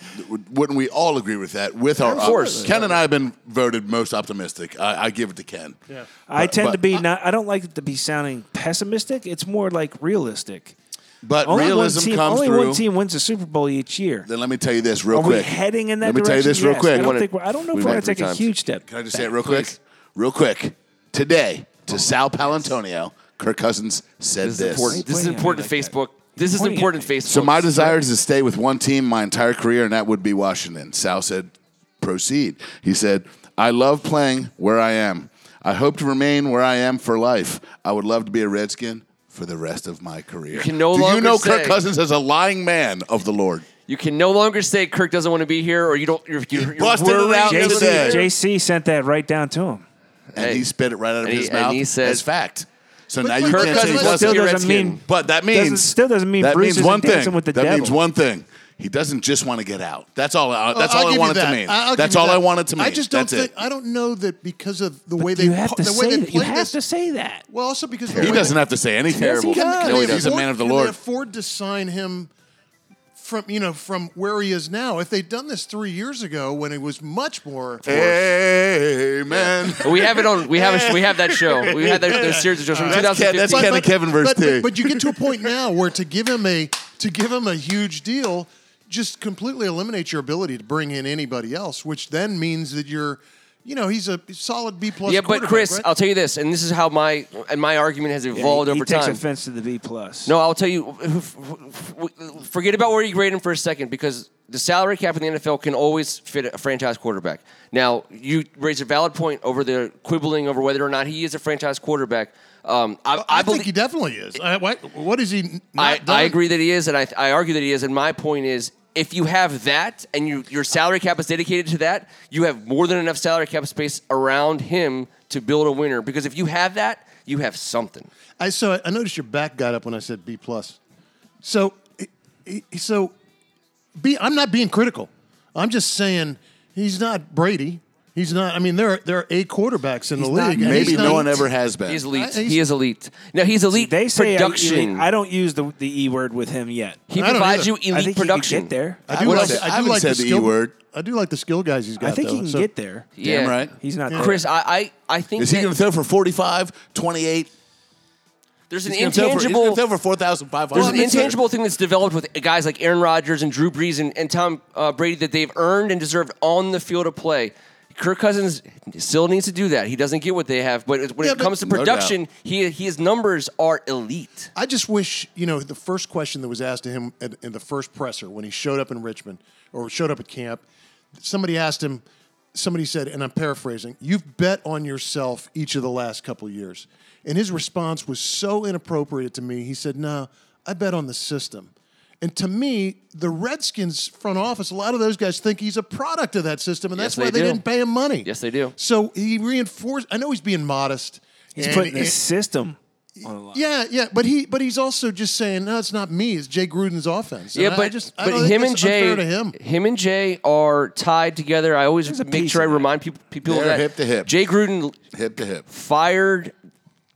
C: wouldn't we all agree with that? With our
A: Of course.
C: Ken and I have been voted most optimistic. I, I give it to Ken. Yeah.
B: I
C: But-
B: tend
C: but-
B: to be not. I don't like it to be sounding pessimistic. It's more like realistic.
C: But
B: Only
C: realism
B: one team,
C: comes
B: only
C: through.
B: one team wins a Super Bowl each year.
C: Then let me tell you this real
B: Are
C: quick.
B: we heading in that
C: Let me tell you
B: direction?
C: this real
B: Yes.
C: quick.
B: I don't,
A: Wanna-
B: think we're, I don't know
A: we
B: if we're going
A: went
B: to
A: three
B: take a
A: times.
B: huge step.
C: Can I just say it real quick? Real quick. Today, to Sal Palantonio, Kirk Cousins said
A: This is
C: this.
A: important. This is
B: pointing at me
A: important.
B: like that?
A: Facebook. This is
B: pointing at
A: important.
B: me.
A: Facebook.
C: So my desire is to stay with one team my entire career, and that would be Washington. Sal said, proceed. He said, I love playing where I am. I hope to remain where I am for life. I would love to be a Redskin for the rest of my career.
A: can no
C: Do
A: longer
C: you know Kirk
A: say-
C: Cousins as a lying man of the Lord?
A: You can no longer say Kirk doesn't want to be here, or you don't. You're, you're, you're
C: busted it
A: worried
C: out
A: that-
B: JC,
C: today. Today.
B: JC sent that right down to him.
C: And
A: Hey.
C: he spit it right out of
A: And he-
C: his
A: and
C: mouth
A: he said-
C: as fact. So now
D: but
C: you can't
D: Kirk
C: say he
A: Cousins
C: doesn't.
A: wants to
B: still
A: be a
B: doesn't
A: Redskin.
B: mean-
C: But that means
B: Doesn't- still doesn't mean
C: that
B: Bruce
C: means
B: isn't
C: one
B: dancing
C: thing.
B: with the
C: that means
B: devil.
C: one thing. He doesn't just want to get out. That's all. I, that's
D: Oh, I'll
C: all I
D: give you
C: wanted
D: that.
C: to mean.
D: I'll give
C: that's
D: you
C: all
D: that.
C: I wanted to mean.
D: I just don't
C: That's
D: think
C: it.
D: I don't know that because of the
B: But
D: way they
B: you have to
D: pu- the way
B: say
D: they
B: that. You
D: played
B: have
D: this.
B: to say that.
D: Well, also because the
C: He
D: way
C: doesn't have to say anything terrible.
B: does.
D: Can,
B: No,
D: they
B: he
C: doesn't. He's a man of the
D: afford- can
C: Lord.
D: They afford to sign him from you know from where he is now. If they'd done this three years ago, when it was much more.
C: Amen.
A: We have it on. We have. A, we have that show. We had that, those series of shows from
C: That's Ken-
A: 2015.
C: that's Ken and Kevin verse
D: but,
C: two.
D: but, but you get to a point now where to give him a to give him a huge deal just completely eliminates your ability to bring in anybody else, which then means that you're, you know, he's a solid B plus.
A: yeah, but
D: quarterback,
A: Chris,
D: right?
A: I'll tell you this, and this is how my and my argument has evolved
B: he,
A: over
B: he takes
A: time.
B: offense to the B plus.
A: No, I'll tell you. Forget about where you grade him for a second because the salary cap in the NFL can always fit a franchise quarterback. Now, you raise a valid point over the quibbling over whether or not he is a franchise quarterback. Um, I, I,
D: I,
A: believe,
D: think he definitely is. I, what, what is he? Not
A: I,
D: done?
A: I agree that he is, and I, I argue that he is. And my point is, if you have that and you, your salary cap is dedicated to that, you have more than enough salary cap space around him to build a winner. Because if you have that, you have something.
D: I so I noticed your back got up when I said B plus. So, he- he- so B. I'm not being critical. I'm just saying he's not Brady. He's not. I mean, there are, there are eight quarterbacks in the
B: not
D: league. and
C: Maybe
D: he's
C: no
D: not-
C: one ever has been.
A: He's elite.
D: I- he's-
A: he is elite. Now he's elite
B: They say
A: production.
B: elite. I don't use the the E word with him yet.
A: He
D: I don't
A: provides you
D: either.
B: I
A: elite
B: think he could
A: production.
B: get there.
D: I do
C: would
D: like.
C: say- I
D: I do
C: would
D: like
C: say
D: the
C: the E
D: skill,
C: E-word.
D: I do like the skill guys he's got.
B: I think
D: though,
B: he can
D: so-
B: get there.
A: Yeah.
C: Damn right.
B: He's not there.
A: Chris, I, I, I think
C: Is he
A: that
C: going to throw for 45, 28?
A: there's an
C: He's going to throw for, he's
A: intangible
C: gonna throw for 4,500.
A: there's an intangible thing that's developed with guys like Aaron Rodgers and Drew Brees and, and Tom uh, Brady that they've earned and deserved on the field of play. Kirk Cousins still needs to do that. He doesn't get what they have, but it's- when
D: Yeah,
A: it
D: but-
A: comes to
C: No doubt.
A: production, he his numbers are elite.
D: I just wish, you know, the first question that was asked to him at, in the first presser when he showed up in Richmond or showed up at camp, somebody asked him, somebody said, and I'm paraphrasing, you've bet on yourself each of the last couple years. And his response was so inappropriate to me. He said, no, I bet on the system. And to me, the Redskins front office, a lot of those guys think he's a product of that system, and
A: Yes,
D: that's why
A: they
D: they,
A: do.
D: didn't pay him money.
A: Yes, they do.
D: So he reinforced. I know he's being modest.
B: He's
D: and-
B: putting the
D: and-
B: system.
D: yeah, yeah, but he but he's also just saying no, it's not me. It's Jay Gruden's offense. And
A: yeah,
D: I-
A: but
D: I just, I
A: but
D: don't think
A: him and
D: that's
A: Jay,
D: unfair to him.
A: and Jay are tied together. I always
B: a
A: make
B: piece
A: sure I
B: of that.
A: remind people people of
C: They're
A: that
C: hip to hip.
A: Jay Gruden
C: hip to hip.
A: fired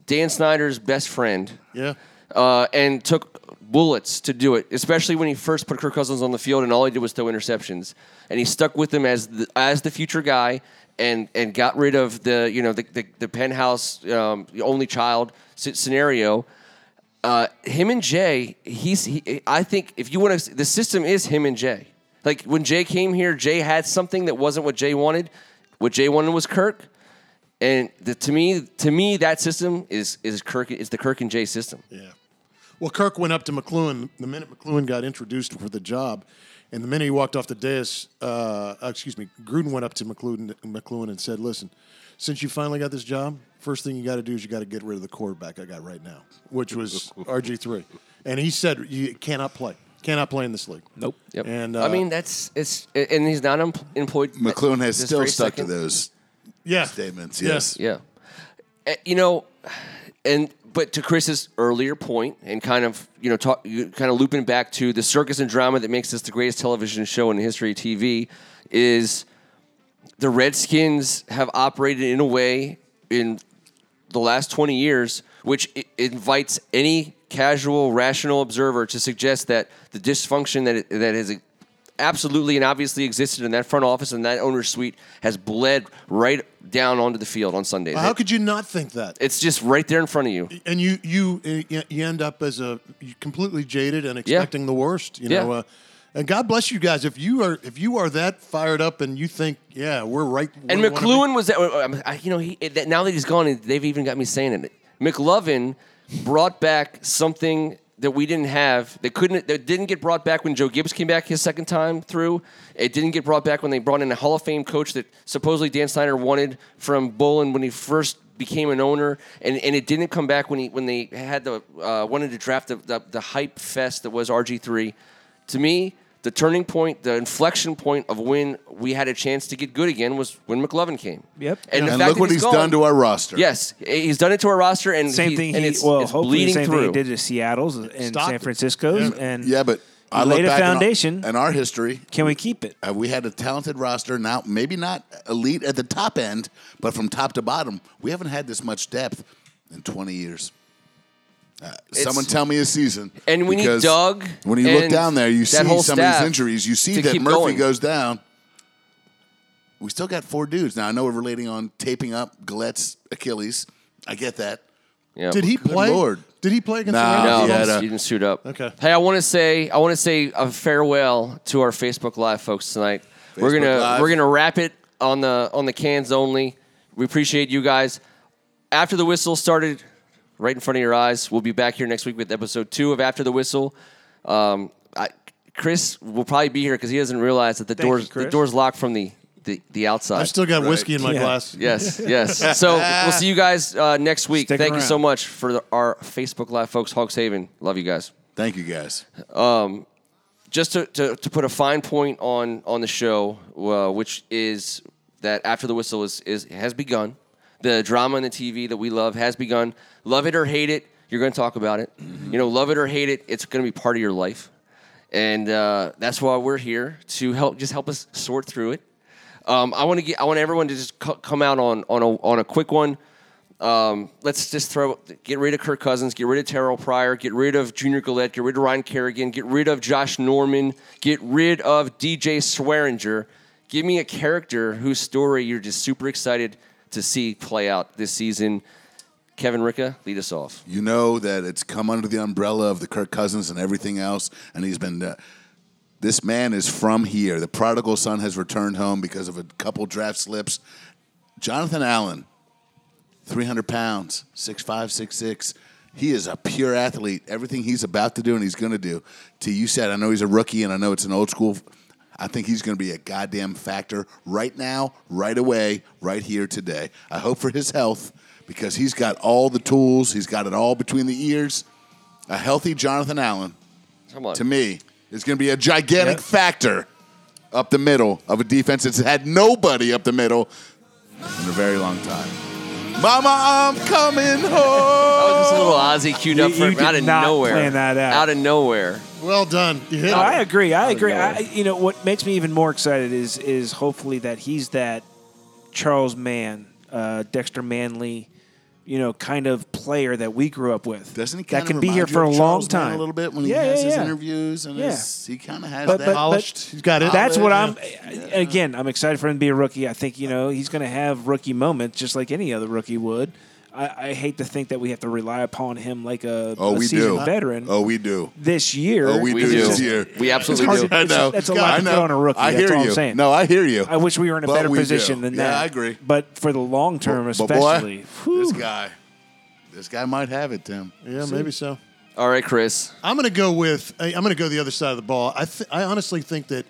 A: Dan Snyder's best friend.
D: Yeah.
A: uh, and took bullets to do it, especially when he first put Kirk Cousins on the field and all he did was throw interceptions. And he stuck with him as the, as the future guy and and got rid of the you know the the, the penthouse um, the only child sce- scenario. Uh, him and Jay, he's he, I think if you want to, the system is him and Jay. Like when Jay came here, Jay had something that wasn't what Jay wanted. What Jay wanted was Kirk, and the, to me, to me, that system is is Kirk is the Kirk and Jay system.
D: Yeah. Well, Kirk went up to McLuhan the minute McLuhan got introduced for the job, and the minute he walked off the dais, uh, excuse me, Gruden went up to McLuhan, McLuhan and said, "Listen, since you finally got this job, first thing you got to do is you got to get rid of the quarterback I got right now, which was RG three, and he said you cannot play, cannot play in this league.
B: Nope.
A: Yep.
D: And
A: I
D: uh,
A: mean that's it's and he's not em- employed.
C: McLuhan has
A: uh, this
C: still
A: very
C: stuck
A: second.
C: to those
D: yeah,
C: statements.
D: Yeah.
C: Yes.
A: Yeah. Uh, You know, and but to Chris's earlier point, and kind of you know, talk, you- kind of looping back to the circus and drama that makes this the greatest television show in the history of TV, is the Redskins have operated in a way in the last 20 years, which i- invites any casual, rational observer to suggest that the dysfunction that, it, that has absolutely and obviously existed in that front office and that owner's suite has bled right down onto the field on Sundays.
D: how could you not think that?
A: it's just right there in front of you.
D: and you you uh, you end up as a you completely jaded and expecting the worst. You know,
A: Yeah.
D: uh, and God bless you guys if you are if you are that fired up and you think yeah we're right.
A: And
D: we wanna be-
A: McLuhan was that. I- You know, he, that now that he's gone, they've even got me saying it. McLovin brought back something that we didn't have. That couldn't. That didn't get brought back when Joe Gibbs came back his second time through. It didn't get brought back when they brought in a Hall of Fame coach that supposedly Dan Snyder wanted from Bolin when he first became an owner, and, and it didn't come back when he when they had the uh, wanted to draft the, the the hype fest that was RG three. To me, the turning point, the inflection point of when we had a chance to get good again was when McLovin came.
B: Yep.
A: And, the
C: And
A: fact
C: look
A: that
C: what he's
A: gone-
C: done to our roster.
A: Yes, he's done it to our roster, and
B: Same
A: he-
B: thing
A: and
B: he
A: it's,
B: well,
A: it's
B: hopefully the
A: bleeding
B: same
A: through.
B: thing he did to Seattle's and
D: Stockton.
B: San Francisco's,
D: Yeah.
B: and
C: Yeah, but I
B: He
C: look
B: laid a
C: back in our-
B: foundation.
C: in our history.
B: can we keep it?
C: Have Uh, we had a talented roster now? Maybe not elite at the top end, but from top to bottom, we haven't had this much depth in 20 years. Uh, someone tell me a season.
A: And we need
C: because
A: Doug
C: When you look
A: and
C: down there, you
A: that
C: see
A: whole
C: some of these
A: staff
C: injuries. You see
A: to
C: that
A: keep
C: Murphy
A: going.
C: goes down. We still got four dudes. Now, I know we're relating on taping up Gillette's Achilles. I get that.
A: Yeah.
D: Did he
C: Good
D: play?
C: Lord.
D: Did he play against
C: Nah,
D: the
A: No,
D: Rams?
C: he had
A: you
C: a-
A: didn't suit up.
D: Okay.
A: Hey, I want to say I want to say a farewell to our Facebook Live folks tonight. we're
C: Facebook
A: gonna
C: Live.
A: we're gonna wrap it on the on the cans only. We appreciate you guys. After the whistle started, right in front of your eyes. We'll be back here next week with episode two of After the Whistle. Um, I, Chris will probably be here because he doesn't realize that the
B: you,
A: doors the
B: Chris.
A: doors locked from the the, the outside.
D: I've still got whiskey in my
B: Yeah.
D: glass.
A: Yes, yes. So we'll see you guys uh, next week.
B: Stick
A: Thank you
B: around.
A: so much for the, our Facebook Live folks, Hawks Haven. Love you guys.
C: Thank you, guys.
A: Just to, to, to put a fine point on on the show, uh, which is that after the whistle is, is has begun. The drama on the TV that we love has begun. Love it or hate it, you're going to talk about it. You know, love it or hate it, it's going to be part of your life, and uh, that's why we're here to help. Just help us sort through it. Um, I want to get. I want everyone to just co- come out on on a, on a quick one. Um, let's just throw get rid of Kirk Cousins, get rid of Terrell Pryor, get rid of Junior Gillette, get rid of Ryan Kerrigan, get rid of Josh Norman, get rid of DJ Swearinger. Give me a character whose story you're just super excited to see play out this season. Kevin Ricka, lead us off.
C: You know that it's come under the umbrella of the Kirk Cousins and everything else, and he's been. Uh, this man is from here. The prodigal son has returned home because of a couple draft slips. Jonathan Allen, 300 pounds, 6'5, 6'6. He is a pure athlete. Everything he's about to do and he's going to do. To you said, I know he's a rookie and I know it's an old school. I think he's going to be a goddamn factor right now, right away, right here today. I hope for his health because he's got all the tools, he's got it all between the ears. A healthy Jonathan Allen
A: Come on.
C: to me is going to be a gigantic factor up the middle of a defense that's had nobody up the middle in a very long time. Mama, I'm coming
A: That was just Oh, a
C: home.
A: little Ozzy queued up
B: You-
A: for
B: you
A: out
B: did
A: of
B: not
A: nowhere.
B: plan that out.
A: Out of nowhere.
D: Well done. You hit
B: No,
D: it.
B: I agree. I agree.
A: no.
B: I, you know what makes me even more excited is is hopefully that he's that Charles Mann, uh, Dexter Manley, you know, kind of player that we grew up with.
C: Doesn't he?
B: that
C: kinda
B: can be here
C: remind you
B: for a
C: of
B: long
C: Charles Mann
B: time
C: a little bit when
B: yeah,
C: he has
B: yeah,
C: his
B: yeah.
C: interviews and
B: Yeah.
C: his, he kind of has
B: But-
C: that.
B: but-
D: Polished. He's got it.
B: That's what I'm.
C: Olive,
B: Again, I'm excited for him to be a rookie. I think you know he's going to have rookie moments, just like any other rookie would. I, I hate to think that we have to rely upon him like a,
C: oh,
B: a
C: we
B: seasoned
C: do.
B: veteran
C: Oh, we do.
B: this year.
C: Oh, we,
A: We
C: do,
A: do.
C: this year.
A: We absolutely
C: It's
B: do.
C: hard to- I know.
B: That's a lot
C: I
B: to put
C: know.
B: on a rookie.
C: I
B: That's
C: hear
B: all I'm
C: you.
B: saying.
C: No, I hear you.
B: I wish we were in a
C: But
B: better
C: we do.
B: position than
C: Yeah,
B: that.
C: I agree.
B: But for the long term,
C: But- but boy,
B: especially, whew.
C: This guy, this guy might have it, Tim.
D: Yeah, maybe so.
A: All right, Chris.
D: I'm going to go with. I- I'm going to go the other side of the ball. I th- I honestly think that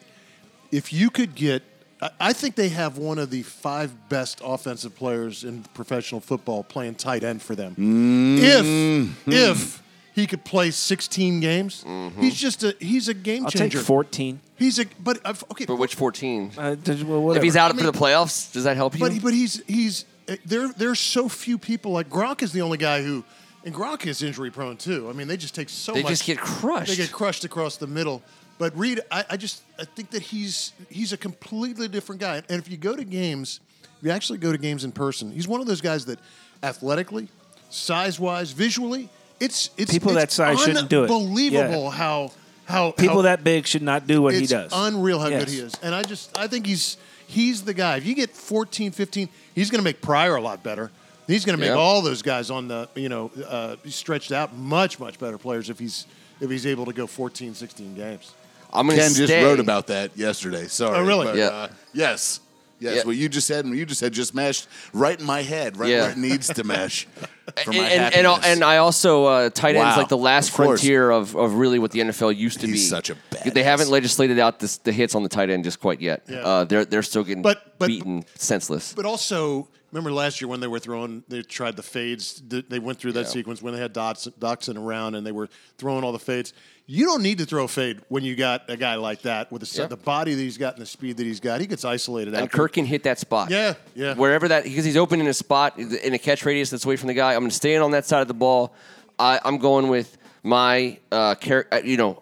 D: if you could get, I, I think they have one of the five best offensive players in professional football playing tight end for them.
A: Mm-hmm.
D: If if he could play 16 games,
A: Mm-hmm.
D: he's just a he's a game
B: I'll take
D: changer.
B: 14.
D: He's a but I've- okay,
A: But which 14?
B: Uh, does- well, whatever.
A: If he's out
D: I mean-
A: for the playoffs, does that help you?
D: But but he's he's uh, there. There's so few people like Gronk is the only guy who, and Gronk is injury prone too. I mean, they just take so.
A: They
D: much,
A: just get crushed.
D: They get crushed across the middle. But Reed, I, I just I think that he's he's a completely different guy. And if you go to games, if you actually go to games in person, he's one of those guys that athletically, size wise, visually, it's it's
B: People
D: it's
B: that size shouldn't do it. Yeah.
D: Unbelievable how how
B: people
D: how,
B: that big should not do what
D: it's
B: he does.
D: unreal how
B: Yes.
D: good he is. And I just I think he's he's the guy. If you get 14, 15, he's going to make Pryor a lot better. He's going to make
A: Yeah.
D: all those guys on the, you know, uh, stretched out much much better players if he's if he's able to go 14, 16 games.
A: I'm going to
C: Ken
A: stay.
C: just wrote about that yesterday. Sorry.
D: Oh, really?
C: But,
A: Yeah.
C: Uh, yes. Yes.
A: Yeah.
C: What you just said and what you just said just meshed right in my head, right
A: Yeah.
C: where it needs to mesh. For
A: and,
C: my
A: and, and,
C: happiness.
A: and I also uh, tight ends
C: Wow.
A: like the last
C: Of course.
A: frontier of, of really what the NFL used to
C: He's
A: be.
C: such a
A: They
C: badass.
A: haven't legislated out this, the hits on the tight end just quite yet.
D: Yeah.
A: Uh, they're they're still getting
D: But- but-
A: beaten senseless.
D: But also, remember last year when they were throwing, they tried the fades. th- They went through that
A: Yeah.
D: sequence when they had Dotson, Dotson around and they were throwing all the fades. You don't need to throw a fade when you got a guy like that with the, si-
A: Yeah.
D: the body that he's got and the speed that he's got. He gets isolated.
A: and
D: out
A: Kirk can hit that spot.
D: Yeah, yeah.
A: Wherever that because he's open in a spot in a catch radius that's away from the guy. I'm going to stay in on that side of the ball. I, I'm going with my uh, char- uh, you know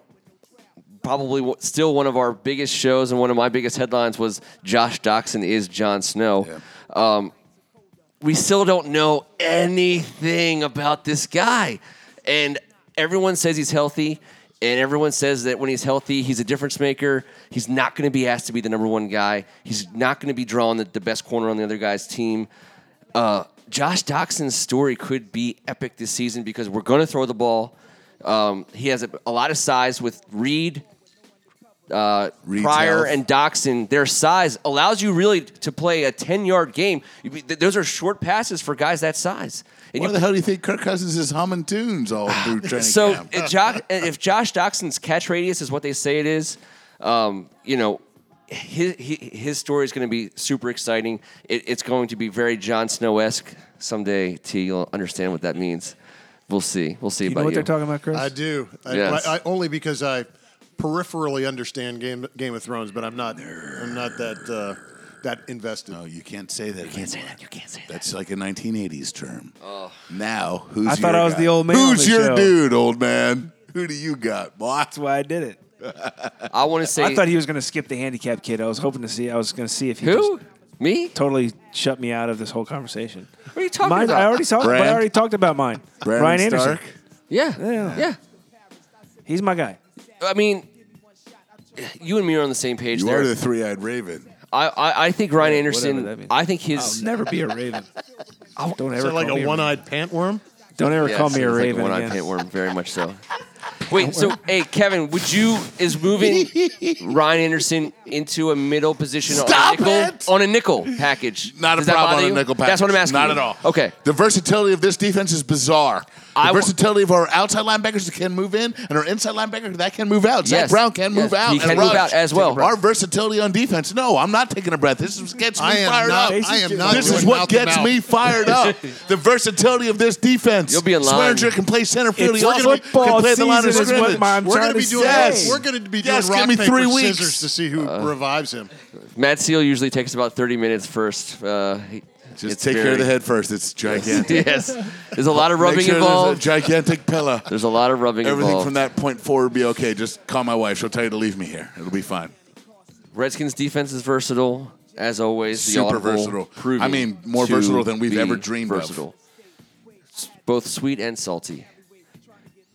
A: probably w- still one of our biggest shows and one of my biggest headlines was Josh Doxson is Jon Snow. Um, we still don't know anything about this guy. And everyone says he's healthy, and everyone says that when he's healthy, he's a difference maker. He's not going to be asked to be the number one guy, he's not going to be drawing the, the best corner on the other guy's team. Uh, Josh Doxson's story could be epic this season because we're going to throw the ball. Um, he has a, a lot of size with Reed, uh,
C: Reed's
A: Pryor
C: health.
A: and Doxson, their size allows you really to play a 10 yard game. You- th- Those are short passes for guys that size. And
C: why
A: you-
C: the hell do you think Kirk Cousins is humming tunes all through training
A: so
C: camp?
A: if, jo- if Josh Doxson's catch radius is what they say it is, um, you know, his, he- his story is going to be super exciting. It, it's going to be very Jon Snow esque someday, T. You'll understand what that means. We'll see. We'll see
B: you know
A: about
B: what
A: you.
B: they're talking about, Chris?
D: I do. I,
A: Yes.
D: I, I- only because I peripherally understand Game Game of Thrones, but I'm not. I'm not that uh, that invested.
C: no, you can't say that. You
A: can't say that. You can't say that.
C: That's like a 1980s term. Oh. Now, who's
B: I thought
C: your
B: I was
C: guy?
B: the old man on
C: Who's
B: the
C: your
B: show.
C: dude, old man? Who do you got? Boy,
B: That's why I did it.
A: I want to say.
B: I thought he was going to skip the handicap kid. I was hoping to see. I was going to see if he
A: who?
B: just
A: Me?
B: totally shut me out of this whole conversation.
A: What are you talking
B: Mine,
A: about?
B: I already talked. But I
C: Brand?
B: already talked about mine.
C: Brandon
B: Ryan Anderson.
C: Stark?
A: Yeah.
B: Yeah.
A: Yeah.
B: He's my guy.
A: I mean, you and me are on the same page
C: You
A: there.
C: are the three-eyed raven.
A: I, I, I think Ryan
B: whatever that
A: Anderson.
B: means.
A: I think
B: I'll
A: his.
B: never be a Raven. Don't
D: Is
B: ever
D: that like
B: call me
D: a one-eyed pantworm?
B: Raven. Don't ever
A: Yes,
B: call me a
A: he's like
B: Raven
A: one-eyed
B: again.
A: pantworm, very much so. Wait, so hey, Kevin, would you is moving Ryan Anderson into a middle position
C: Stop
A: on a nickel
C: it!
A: on a nickel package?
C: Not
A: Does
C: a
A: that
C: problem
A: bother
C: on
A: you?
C: a nickel package.
A: That's what I'm asking.
C: Not
A: you.
C: at all.
A: Okay.
C: The versatility of this defense is bizarre. The
A: I wa-
C: versatility of our outside linebackers can move in, and our inside linebacker that can move out. Zach
A: Yes.
C: Brown can
A: Yes.
C: move out.
A: He
C: and
A: can move
C: rush.
A: out as well.
C: Our versatility on defense. No, I'm not taking a breath. This is gets me
D: I am
C: fired
D: not.
C: up.
D: I am not.
C: This
D: doing
C: is what
D: mouth to
C: gets
D: mouth.
C: me fired up. the versatility of this defense.
A: You'll be in line.
C: Swearinger can play center field.
B: It's
C: He also
B: football
C: can play at the line of
B: season is what
C: scrimmage.
B: my- I'm
D: We're
B: trying
D: gonna be
B: to
D: doing.
B: say.
D: We're going to be doing
C: Yes, give
D: rock
C: me
D: paper
C: three weeks.
D: scissors to see who revives him.
A: Matt Seal usually takes about 30 minutes first. Uh, he-
C: Just
A: it's
C: take care of the
A: very-
C: head first. It's gigantic.
A: Yes. There's a lot of rubbing
C: Make sure there's a
A: involved.
C: gigantic pillow.
A: There's a lot of rubbing
C: Everything
A: involved.
C: from that point forward will be okay. Just call my wife. She'll tell you to leave me here. It'll be fine.
A: Redskins defense is versatile as always. The
C: Super
A: Audible
C: versatile.
A: proving
C: I mean, more
A: to
C: versatile than we've
A: be
C: ever dreamed of.
A: versatile. both sweet and salty.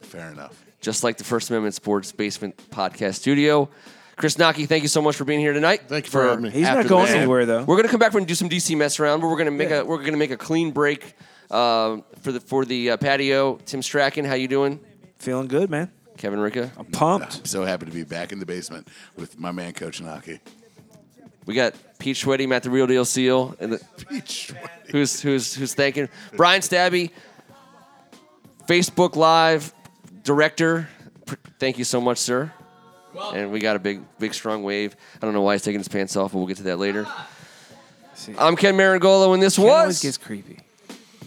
C: Fair enough.
A: Just like the First Amendment Sports Basement Podcast Studio. Chris Naki, thank you so much for being here tonight.
D: Thank you for having me.
B: He's
C: After
B: not going
C: the-
B: anywhere though.
A: We're gonna come back and do some DC mess around, but we're gonna make a we're gonna make a clean break uh, for the for the uh, patio. Tim Strachan, how you doing?
B: Feeling good, man.
A: Kevin Ricka,
B: I'm pumped.
C: I'm so happy to be back in the basement with my man, Coach Naki.
A: we got Pete Sweaty, Matt the Real Deal Seal, and the,
C: Peach.
A: who's who's who's thanking Brian Stabby, Facebook Live director. Pr- Thank you so much, sir. And we got a big, big, strong wave. I don't know why he's taking his pants off, but we'll get to that later. I'm Ken Marangolo, and this
B: It always
A: was
B: gets creepy.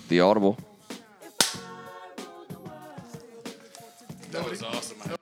A: the Audible.
C: That was awesome.